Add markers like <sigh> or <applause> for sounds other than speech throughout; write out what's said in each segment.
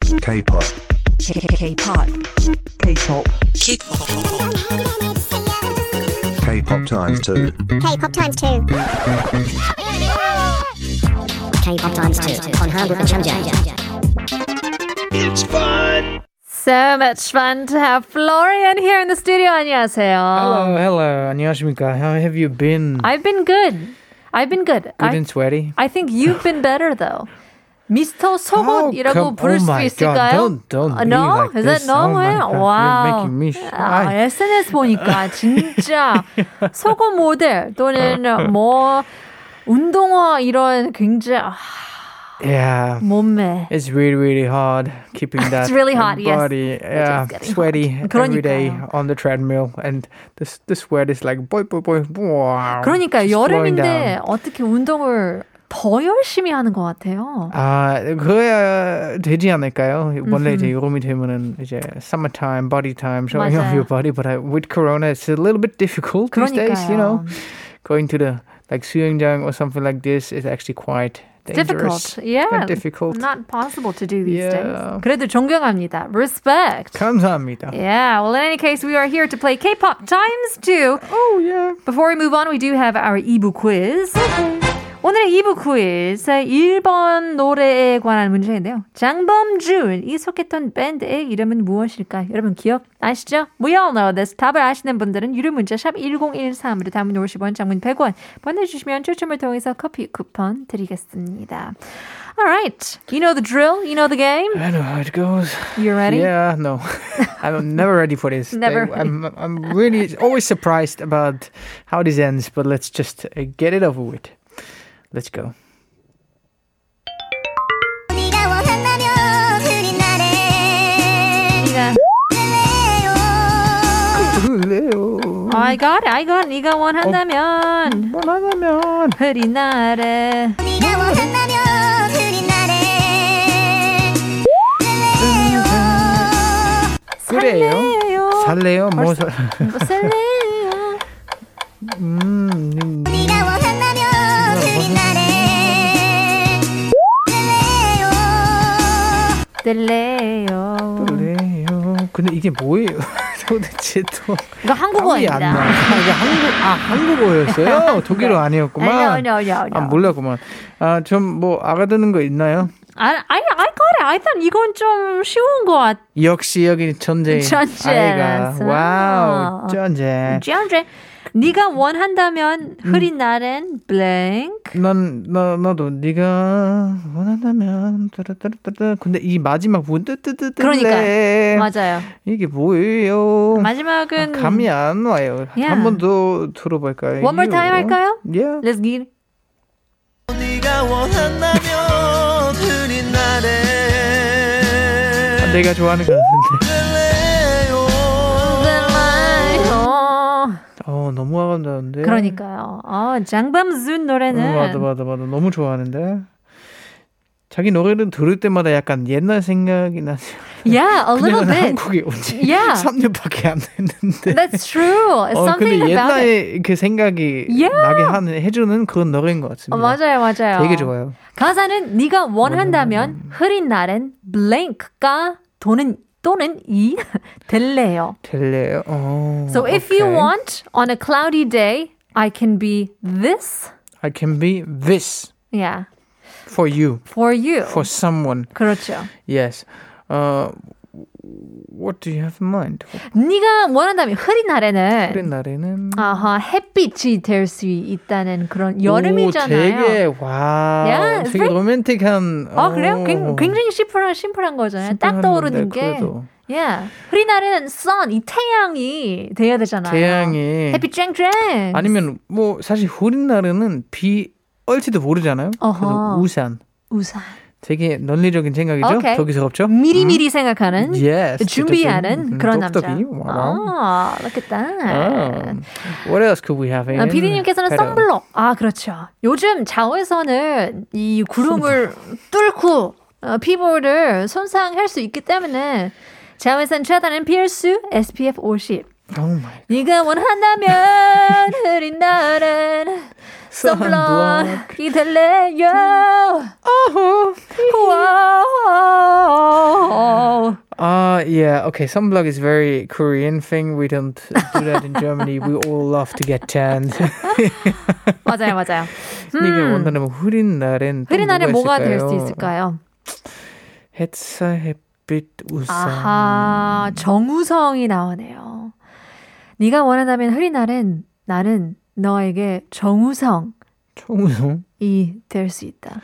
K-pop, K-pop, K-pop, K-pop times two, K-pop times two. K-pop times two on Handle and Chumja. So much fun to have Florian here in the studio. 안녕하세요. Hello, Um, hello. 안녕하십니까? How have you been? I've been good. I've been good. Good I, and sweaty? I think you've been better though. 미스터 Oh, come- 속옷이라고 부를 oh 수 my 있을까요? God, don't, don't Uh, be no? like Is that this. no? Oh my God, wow. You're making me 아, shy. SNS 보니까 <laughs> 진짜 속옷 모델 또는 뭐 운동화 이런 굉장히 아, Yeah. 몸매 It's really, really hard keeping <laughs> that It's really hot, yes. body yeah, just getting sweaty every <laughs> day 그러니까요. on the treadmill, and the s- the sweat is like boy, boy, boy. Wow. 그러니까 just flowing 여름인데 down. 어떻게 운동을 더 열심히 하는 것 같아요. 아 그래야 되지 않을까요? 원래 이제 여름이 되면은 이제 summertime, body time, showing off 맞아요. your body. But I, with Corona, it's a little bit difficult these days. You know, going to the like 수영장 or something like this is actually quite difficult. dangerous. Yeah. Not difficult. Not possible to do these Yeah. days. 그래도 존경합니다. Respect. 감사합니다. Yeah, well, in any case, we are here to play K pop times two. Oh yeah. Before we move on, we do have our 2부 quiz. 오늘의 2부 quiz, 1번 노래에 관한 문제인데요. 장범준, 이 속했던 밴드의 이름은 무엇일까요? 여러분 기억아시죠? We all know this. 답을 아시는 분들은 유료 문자 샵 1013으로 담은 50원, 장문 100원 보내주시면 추첨을 통해서 커피 쿠폰 드리겠습니다. Alright, you know the drill, you know the game. I know how it goes. You ready? Yeah, no, <laughs> I'm never ready for <laughs> this. Never They- I'm, I'm really always surprised about how this ends, but let's just uh, get it over with. Let's go. 네가 원한다면 흐린 날에 Yeah. 설레요 음. I got it, I got it. 네가 원한다면 원하다면 흐린 날에 네가 원한다면 흐린 날에 설레요 그래요. 설레요. 살래요? 뭐 살? 설레요. 음, 네가 원한다면 흐린 날에 설레요 설레요. 그래요. 근데 이게 뭐예요? <laughs> 도대체 또 이거 감이 안 나. 한국어입니다. 아, 이게 한국 아 <laughs> 한국어였어요? 네. 독일어 No, 아니었구만. no, no, 아 no. 몰랐구만. 아좀 뭐 알아듣는 거 있나요? 아, 아니, I got it. I thought 이건 좀 쉬운 것 같아. 역시 여기 전쟁 전쟁. 아이가 아. 와우 전쟁 지난주에 네가 원한다면 음. 흐린 날엔 blank. 난 나, 나도 네가 원한다면 따라따라따라 근데 이 마지막 부분 뜨뜨뜨뜨 그러니까. 그러니까요. 맞아요. 이게 뭐예요 마지막은 네. 음. 아, 감이 안 와요 야. 한 번 더 들어볼까요 예. One more time 할까요? yeah. Let's get it. 아, 내가 좋아하는 가수인데 <laughs> 설레요. 어 너무 아름다운데 그러니까요. 어, 장범준 어, 노래는 맞아 맞아 맞아 너무 좋아하는데 자기 노래를 들을 때마다 약간 옛날 생각이 나죠 Yeah, a little 그녀는 bit. 한국에 온지 Yeah. 3년밖에 안 됐는데. That's true. It's 네. 어 근데 something about it. 옛날에 그 생각이 Yeah. 나게 하는 해주는 그런 노래인 것 같습니다. 어, 맞아요, 맞아요. 음, 되게 좋아요. 음. 가사는 네가 원한다면 흐린 날엔 blank가 또는 또는 이 <laughs> 될래요. 될래요. 어, So if you okay. want on a cloudy day, I can be this. I can be this Yeah, for you, for you. for someone. 그렇죠. Yes. Uh, what do you have in mind? 네가 원한다면 흐린 날에는 그런 날에는 아하 햇빛이 될 수 있다는 그런 오, 되게 여름이잖아요. 와, Yeah, it's 되게 pretty- 로맨틱한. 아 그래요? 어, 굉- 굉장히 심플한 심플한 거잖아요. 딱 심플한 떠오르는 건데, 게 네, 그래도. yeah. 흐린 날에는 sun 이 태양이 돼야 되잖아요. 태양이 햇빛 쨍쨍. 아니면 뭐 사실 흐린 날에는 비 올지도 모르잖아요. 어허. 그래서 우산. 우산. 되게 논리적인 생각이죠. 오케이. 거기서럽죠. 미리미리 생각하는 음? Yes. 준비하는 음, 그런 똑똑이. 남자. 와우. 아, look at that. Um, what else could we have in? 아, 피디님께서는 better? 선블록. 아, 그렇죠. 요즘 자외선은 이 구름을 뚫고 어, 피부를 손상할 수 있기 때문에 자외선 차단은 필수 SPF 50. Oh my. 네가 원한다면 흐린 날은 선블록이 될래요. 어허. 와우. Uh, yeah, okay. Sunblock is very Korean thing. We don't do that in Germany. We all love to <laughs> get tanned. <laughs> 맞아요, 맞아요. 이게 원하면 흐린 날엔 또 흐린 날에 음. 뭐가 될 수 있을까요? 있을까요? 햇살, 햇빛, 우산. 아하, 정우성이 나오네요. 네가 원한다면 흐린 날엔 나는 너에게 정우성이 총우성. 될 수 있다.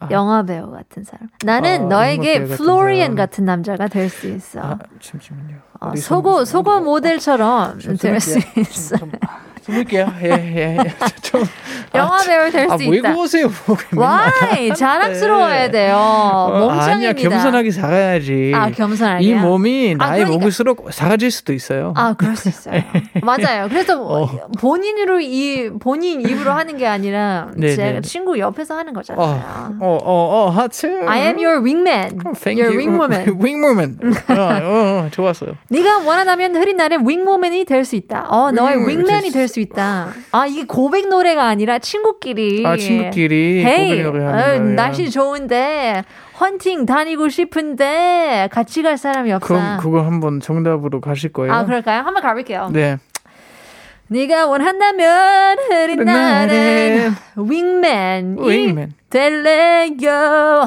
아. 영화 배우 같은 사람. 나는 아, 너에게 영화 배우 같은 플로리안 사람. 같은 남자가 될 수 있어. 아, 잠시만요. 어, 어디 소고 숨- 소고 모델처럼 좀 될 수 숨을게요. 있어. 좀- 숨을게요. <laughs> 예, 예, 예. 좀, 아, 영화 배우 될 수 아, 왜 있다. 그러세요? 와이 자랑스러워야 돼요. 멍청입니다. 네. 어, 아니야, 겸손하게 살아야지. 아, 겸손하게. 이 뭐- 몸이 아, 나이 그러니까. 먹을수록 사가질 수도 있어요. 아, 그럴 수 <laughs> 있어요. 맞아요. 그래서 네. 어. 본인으로 이 본인 입으로 하는 게 아니라 네, 제 네. 친구 옆에서 하는 거잖아요. 어, 어, 어, 하트. I am your wingman. Oh, thank your 음. you. <laughs> wingwoman. wingwoman. 어, 어, 어, 좋았어요. 네가 원한다면 흐린 날에 wingwoman이 될 수 있다. 어, 너의 음, wingman이 됐어. 될 수 있다. 아, 이게 고백 노래가 아니라 친구끼리. 아, 친구끼리 헤이, 고백 노래 예. 어, 하는 날씨 좋은데 헌팅 다니고 싶은데 같이 갈 사람이 없다. 그럼 그거 한번 정답으로 가실 거예요. 아, 그럴까요? 한번 가볼게요. 네. 네가 원한다면 흐린 흐린 날엔 날엔 윙맨이 윙맨. 될래요.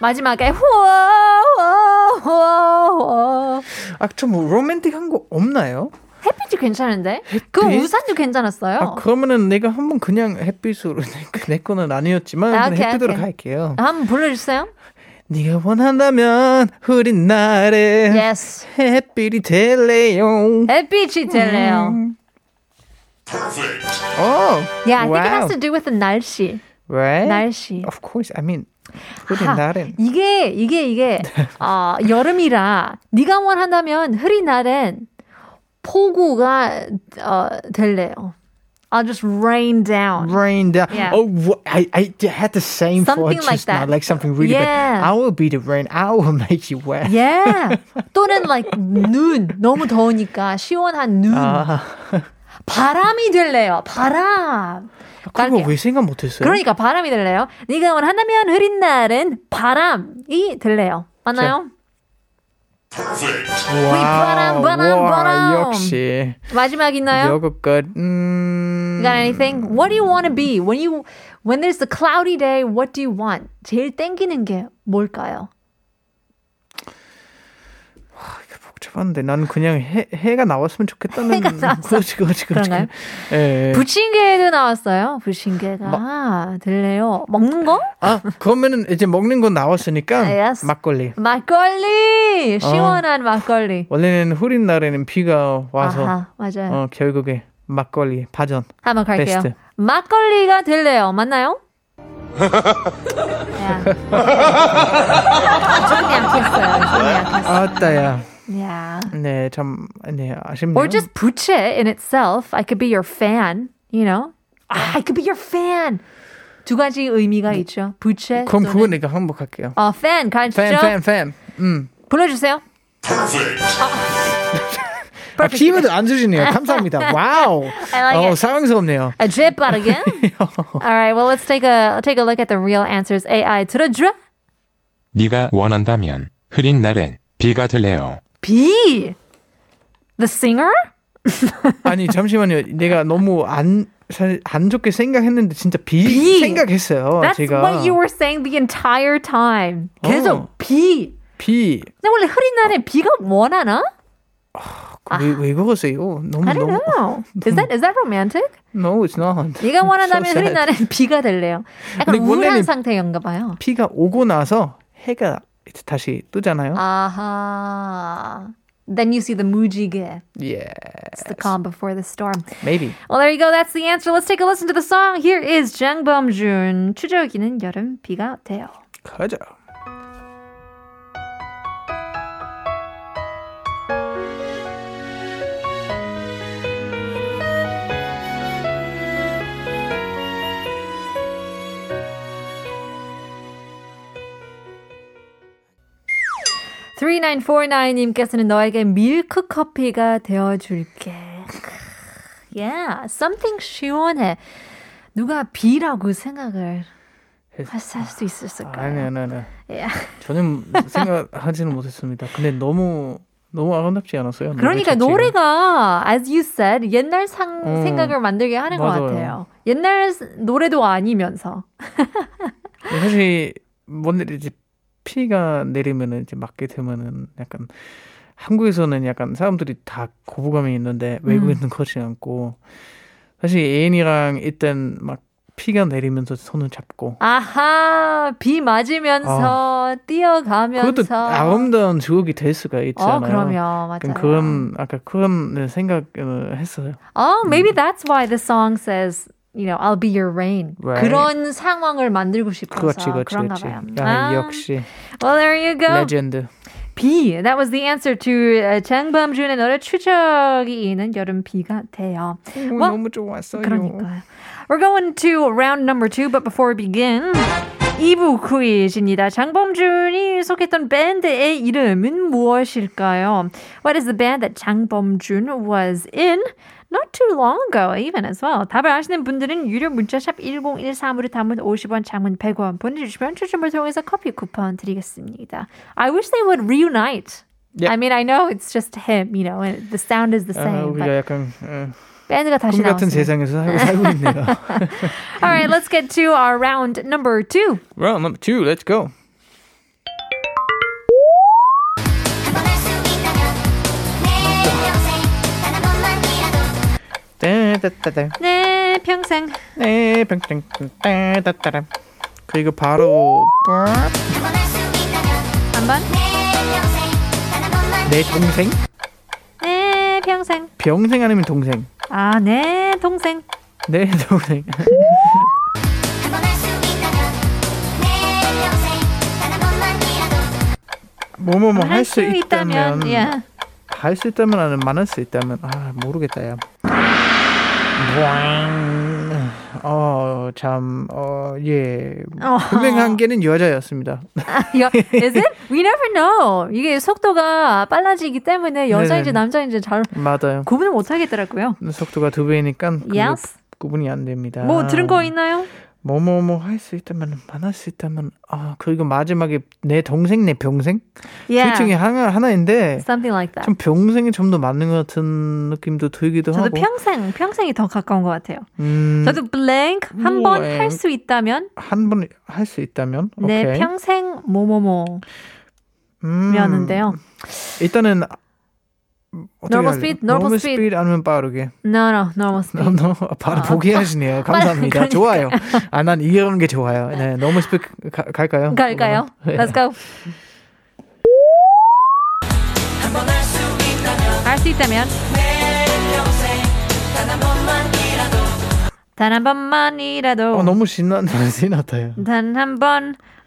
마지막에 호호호 아, 좀 로맨틱한 거 없나요? 햇빛이 괜찮은데? 그 햇빛? 우산도 괜찮았어요. 아, 그러면은 내가 한번 그냥 햇빛으로 <laughs> 내, 내 거는 아니었지만 아, 그냥 오케이, 햇빛으로 오케이. 아. 갈게요. 한번 불러주세요. 네가 원한다면 흐린 날에 Yes. 햇빛이 될래요. 햇빛이 될래요. 음. Oh, Yeah, I think it wow. 어? has to do with the 날씨. Right? 날씨. Of course, I mean, 흐린 아, 날엔 이게 이게 <laughs> 이게 아 여름이라 네가 원한다면 흐린 날엔 폭우가 어, 될래요. I'll just rain down. rain down. Yeah. Oh, wha- I, I had the same Something thought like just now, that. like something really Yeah. bad. I will be the rain. I will make you wet. <laughs> Yeah. 또는 like 눈 너무 더우니까 시원한 눈 아, 바람이 될래요. 바람. 그거 갈게요. 왜 생각 못했어요? 그러니까 바람이 될래요. 네가 원한다면 흐린 날은 바람이 될래요. 맞나요? 와우, 바람, 바람, 와, 바람. 네. 역시 마지막 있나요? 여기까지. 음, You got anything? What do you want to be when you when there's a cloudy day? What do you want? 제일 땡기는 게 뭘까요? 복잡한데 난 그냥 해, 해가 나왔으면 좋겠다는 해가 나왔어. 그거지 그거지 그거지. 그런가요? 예, 예. 부침개도 나왔어요. 부침개가 들려요. 먹는 거? 아 그러면은 이제 먹는 건 나왔으니까 Yes. 막걸리. 어. 막걸리 시원한 막걸리. 원래는 흐린 날에는 비가 와서 아하 맞아요. 어, 결국에 막걸리 파전. 한번 갈게요. 베스트. 막걸리가 들려요. <laughs> 맞나요? 야. 좀 약했어요. 좀 약했어요. 아따야. 야. 네, 참, 네, 아쉽네요. Or just 부채 in itself. I could be your fan, you know? Ah. 아, I could be your fan. 두 가지 의미가 있죠. 부채 그럼 그거 또는 내가 항복할게요. 어, fan 가시죠. 팬, 팬, 팬. 음. 불러주세요. 아, 키워드 안 주시네요. <laughs> 감사합니다. 와우. I like 어, it. 사랑스럽네요. 아, 제 <laughs> 빠르게. All right, well let's take a take a look at the real answers. AI 들어줘. 네가 원한다면 흐린 날엔 비가 들래요. B. The singer? 아니, 잠시만요. 내가 너무 안, 사실 안 좋게 생각했는데, 진짜 비, 비. 생각했어요. That's 제가. what you were saying the entire time. 계속 어. B. 비. 근데 원래 흐린 날에 비가 원하나? 왜, 왜 그러세요? 너무, I don't 너무. know. <laughs> Is that is that romantic? No, it's not. 네가 원한다면 <laughs> So sad. 흐린 날엔 비가 될래요. 약간 근데 우울한 원래는- 상태인가 봐요. 비가 오고 나서 해가 이제 다시 뜨잖아요. 아하. Then you see the 무지개. Yeah, It's the calm before the storm. 예, maybe. Well, there you go. That's the answer. Let's take a listen to the song. Here is Jang Jun. 추적이는 여름 비가 돼요. 가자. Three nine four nine 님께서는 너에게 밀크 커피가 되어줄게. <laughs> Yeah, something 시원해. 누가 비라고 생각을 화사할 수도 있었을까요? 아, 예. 아니요, 아니요, 아니요. 야. 전혀 생각하지는 못했습니다. 근데 너무 너무 아름답지 않았어요? 노래 그러니까 자체가? 노래가 as you said 옛날 상, 음, 생각을 만들게 하는 맞아요. 것 같아요. 옛날 스- 노래도 아니면서 사실 뭔데 이제 피가 내리면은 이제 맞게 되면은 약간 한국에서는 약간 사람들이 다 고부감이 있는데 음. 외국에는 그렇지 않고 사실 애인이랑 일단 막 피가 내리면서 손을 잡고 아하 비 맞으면서 뛰어가면서 아. 그것도 아름다운 추억이 될 수가 어 있잖아요. 그럼요 약간 맞아요. 그런 아까 그런 생각을 했어요. 어 음. maybe that's why the song says you know I'll be your rain Right. 그런 상황을 만들고 싶어서 그렇지, 그렇지, 런가 그렇지. 봐요. 야, 아, 역시 Well there you go. 레전드. 비. That was the answer to uh, 장범준의 노래 추적이 있는 여름 비가 돼요. Well, 너무 좋았어요. 그러니까요. We're going to round number two, but before we begin, 2부 퀴즈입니다. 장범준이 속했던 밴드의 이름은 무엇일까요? What is the band that 장범준 was in? Not too long ago, even as well. 답을 아시는 분들은 유료 문자샵 1013으로 담은 50원, 장문 100원 보내주시면 추첨을 통해서 커피 쿠폰 드리겠습니다. I wish they would reunite. Yeah. I mean, I know it's just him, you know, and the sound is the 아, same, 우리가 but 약간 어, 밴드가 다시 꿈 같은 나왔습니다. 세상에서 살고, <laughs> 살고 있네요. All right, let's get to our round number two. Round number two, let's go. 한번 할 수 있다면 내 평생 단한 번만이라도 따따따따. 네, 평생. 네, 뱅뱅. 따따따라. 그리고 바로 한번 할 수 있다면 한 번. 내 평생 단한 번만 내 동생? 네, 평생. 병생 아니면 동생? 아, 네, 동생. 내 동생. <laughs> 한번 할 수 있다면 내 평생 단한 번만이라도 뭐뭐뭐 할 할 수 수 있다면, 있다면. 예. 할 수 있다면 아니면 많을 수 있다면. 아, 모르겠다, 야. 뽀잉. 어, 참, 어, 예. 어. 분명한 게는 여자였습니다. 여- Is it? We never know. 이게 속도가 빨라지기 때문에 여자인지 네네네. 남자인지 잘 맞아요. 구분을 못 하겠더라고요. 속도가 두 배니까 그거 Yes. 구분이 안 됩니다. 뭐 들은 거 있나요? 뭐뭐뭐 할 수 있다면 만날 수 있다면 아 그리고 마지막에 내 동생 내 병생 둘 중에 하나 하나인데 Something like that. 좀 병생이 좀 더 맞는 것 같은 느낌도 들기도 저도 하고 평생, 평생이 더 가까운 것 같아요. 음, 저도 blank 한 번 blank. 할 수 있다면 한번 할 수 있다면 내 오케이. 평생 뭐뭐뭐였는데요. 음, 일단은 아, 어떻게 Normal 할래요? speed, normal normal speed. 네. 아. speed 아니면 빠르게 No, no, normal speed. 너무 바로 포기하시네요 <laughs> 감사합니다 그러니까. 좋아요 아 난 이런 게 좋아요 네 너무 스피드 가- 갈까요 갈까요? 네. Let's go. 할 수 있다면 단 한 번만이라도 어, 너무 <laughs> 신난다 신났다요 단 한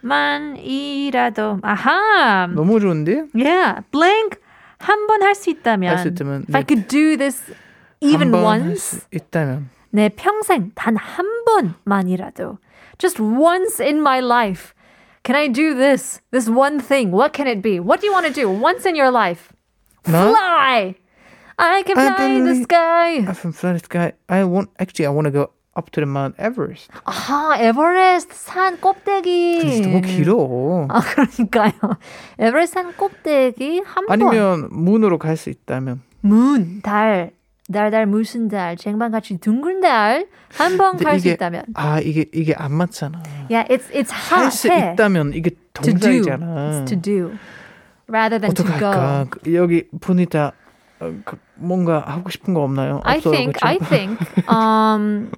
번만이라도 아하 너무 좋은데 yeah blank 한 번 할 수 있다면 할수 있다면 if I 네. could do this even 한번 할수 once 있다면 내 평생 단 한 번만이라도 just once in my life can I do this this one thing what can it be what do you want to do once in your life 나 fly I can I fly in the believe- sky I'm from flying sky. I want actually I want to go up to the Mount Everest. 아 에버레스트 산 진짜 꼭대기 너무 길어. 음. 아 그러니까요 에버레스트 산 꼭대기 아니면 문으로 갈 수 있다면 한번문달달달 무슨 달 쟁반같이 둥근 달 한 번 갈 근데 수 이게- 있다면 아 이게 이게 안 맞잖아. yeah it's it's hot 할 수 있다면 이게 to do. 동작이잖아. It's to do rather than to 어떡할까? go. 그- 여기 보니까 어, 그 뭔가 하고 싶은 거 없나요? 그렇죠? I 없어요, think 그쵸? I think um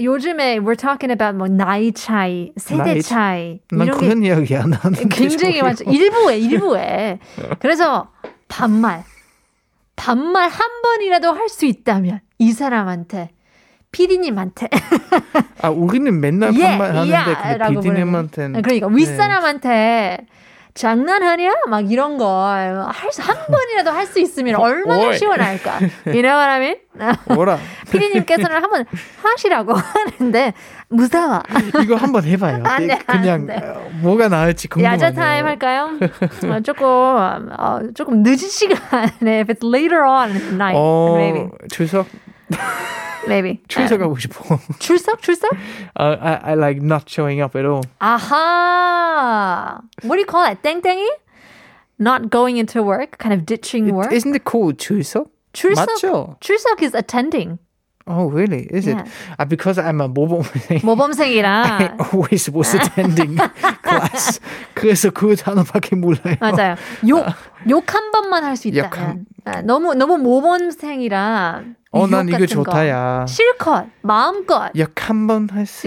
요즘에 we're talking about 뭐 나이 차이, 세대 나이 차이 난 이런 그런 이야기 안게 하는데 굉장히 저기요. 많죠. 일부에 일부에. 그래서 반말 반말 한 번이라도 할 수 있다면 이 사람한테 피디님한테 아 우리는 맨날 예, 반말하는데 야라고 근데 비디님한테는 그러니까 윗사람한테 장난하냐? 막 이런 걸한 번이라도 할 수 있으면 어, 얼마나 오이. 시원할까? You know what I mean? 네. 뭐라 피디님께서는 한번 하시라고 <laughs> 하는데 무사와 이거 한번 <laughs> 해봐요. 안 돼, 안 그냥 돼. 어, 뭐가 나을지 궁금하네요. 아, 네, 야자 타임 할까요? 어, 조금 어, 조금 늦은 시간에 if it's later on at night 어, maybe 추석 maybe. 어, 네. 출석하고 싶어. 출석? 출석? I, I, I like not showing up at all. Aha! What do you call it? 땡땡이? Not going into work, kind of ditching work. Isn't it called 출석? 출석? 맞죠? 출석 is attending. Oh, really? Is it? Yeah. Uh, because I'm a mobile thing. <laughs> 네. 모범생이라. always was attending class. 그래서 그 단어밖에 몰라요. 맞아요. 욕욕 한 번만 할 수 있다. 욕 한- 아, 너무 너무 모범생이라. 어, 유혹 난 이거 같은 좋다, 야. 거. 실컷 마음껏 그 역한번 할 수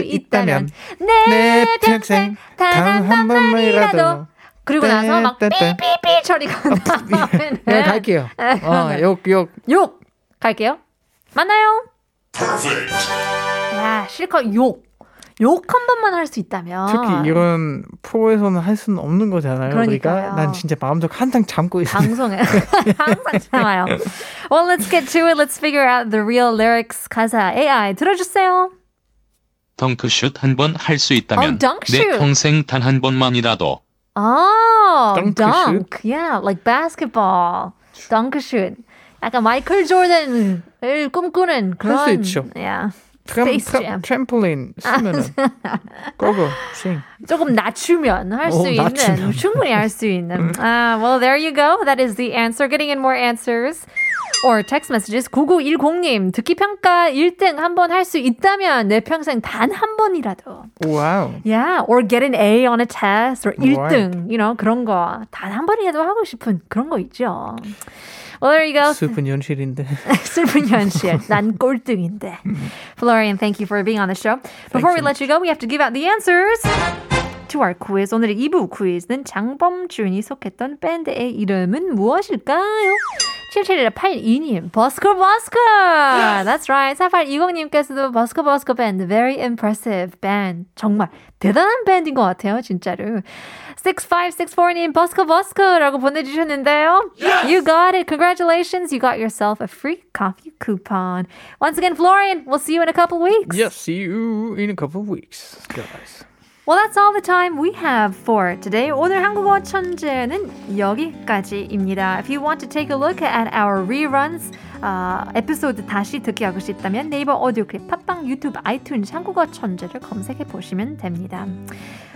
있다면 있다면 내 내 평생 평생 단 단 한 한 번만이라도 번만이라도 네, 그리고 나서 막 떼떼떼. 삐삐삐 처리가 아, <laughs> 네, 나면 갈게요. 그러면. 어, 욕, 욕. 욕 갈게요. 만나요. 야 실컷 욕. 욕 한 번만 할 수 있다면 특히 이런 <laughs> 프로에서는 할 수는 없는 거잖아요. 그러니까 아. 그러니까요. 난 진짜 마음속 한탕 잠고 있어. 방송에 <laughs> 항상 참아요. Well, let's get to it. Let's figure out the real lyrics. 가사 AI 들어주세요. 덩크슛 한 번 할 수 어, 있다면 덩크슛. 내 평생 단 한 번만이라도 Oh, Dunk dunk. Yeah, like basketball. Dunk shoot. 약간 마이클 조던을 꿈꾸는 그런. 할수 있죠. Yeah. 트램, Space 트램, Jam. 트램폴린 <laughs> 쓰면은 고고 싱. 조금 낮추면 할 수 오, 있는 낮추면. 음. 충분히 할 수 있는. 아, well, there you go. That is the answer. Getting in more answers. Or text messages 9910님 듣기 평가 1등 한 번 할 수 있다면 내 평생 단 한 번이라도 와우. Yeah, or get an A on a test, or 1등, Right. you know, 그런 거. 단 한 번이라도 하고 싶은 그런 거 있죠. Well, there you go. 슬픈 현실인데. <laughs> 슬픈 현실. 난 꼴등인데. Florian, thank you for being on the show. Before we let you go, we have to give out the answers to our quiz. 오늘의 2부 quiz는 장범준이 속했던 밴드의 이름은 무엇일까요? 7782님, 버스커 버스커! That's right. 4820님께서도 버스커 버스커 밴드, very impressive band. 정말 대단한 밴드인 것 같아요, 진짜로. 6564님, 버스커 버스커라고 보내주셨는데요. You got it. Congratulations. You got yourself a free coffee coupon. Once again, Florian, we'll see you in a couple weeks. Yes, see you in a couple of weeks, guys. Well, that's all the time we have for today. 오늘 한국어 천재는 여기까지입니다. If you want to take a look at our reruns, 아, 에피소드 다시 듣기 하고 싶다면 네이버 오디오 클립, 팟빵, 유튜브, 아이튠즈 한국어 천재를 검색해 보시면 됩니다.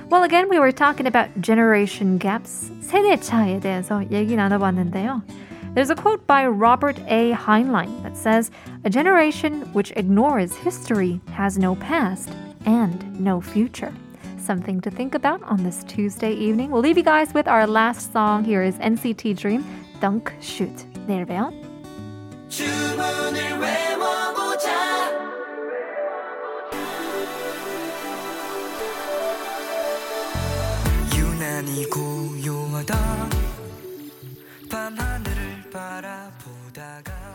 Well, again, we were talking about generation gaps, 세대 차에 대해서 얘기 나눠봤는데요. There's a quote by Robert A. Heinlein that says, A generation which ignores history has no past and no future. Something to think about on this Tuesday evening. We'll leave you guys with our last song. Here is NCT Dream, Dunk Shoot. 내일 봬요. 주문을 외워보자 유난히 고요하다 밤하늘을 바라보다가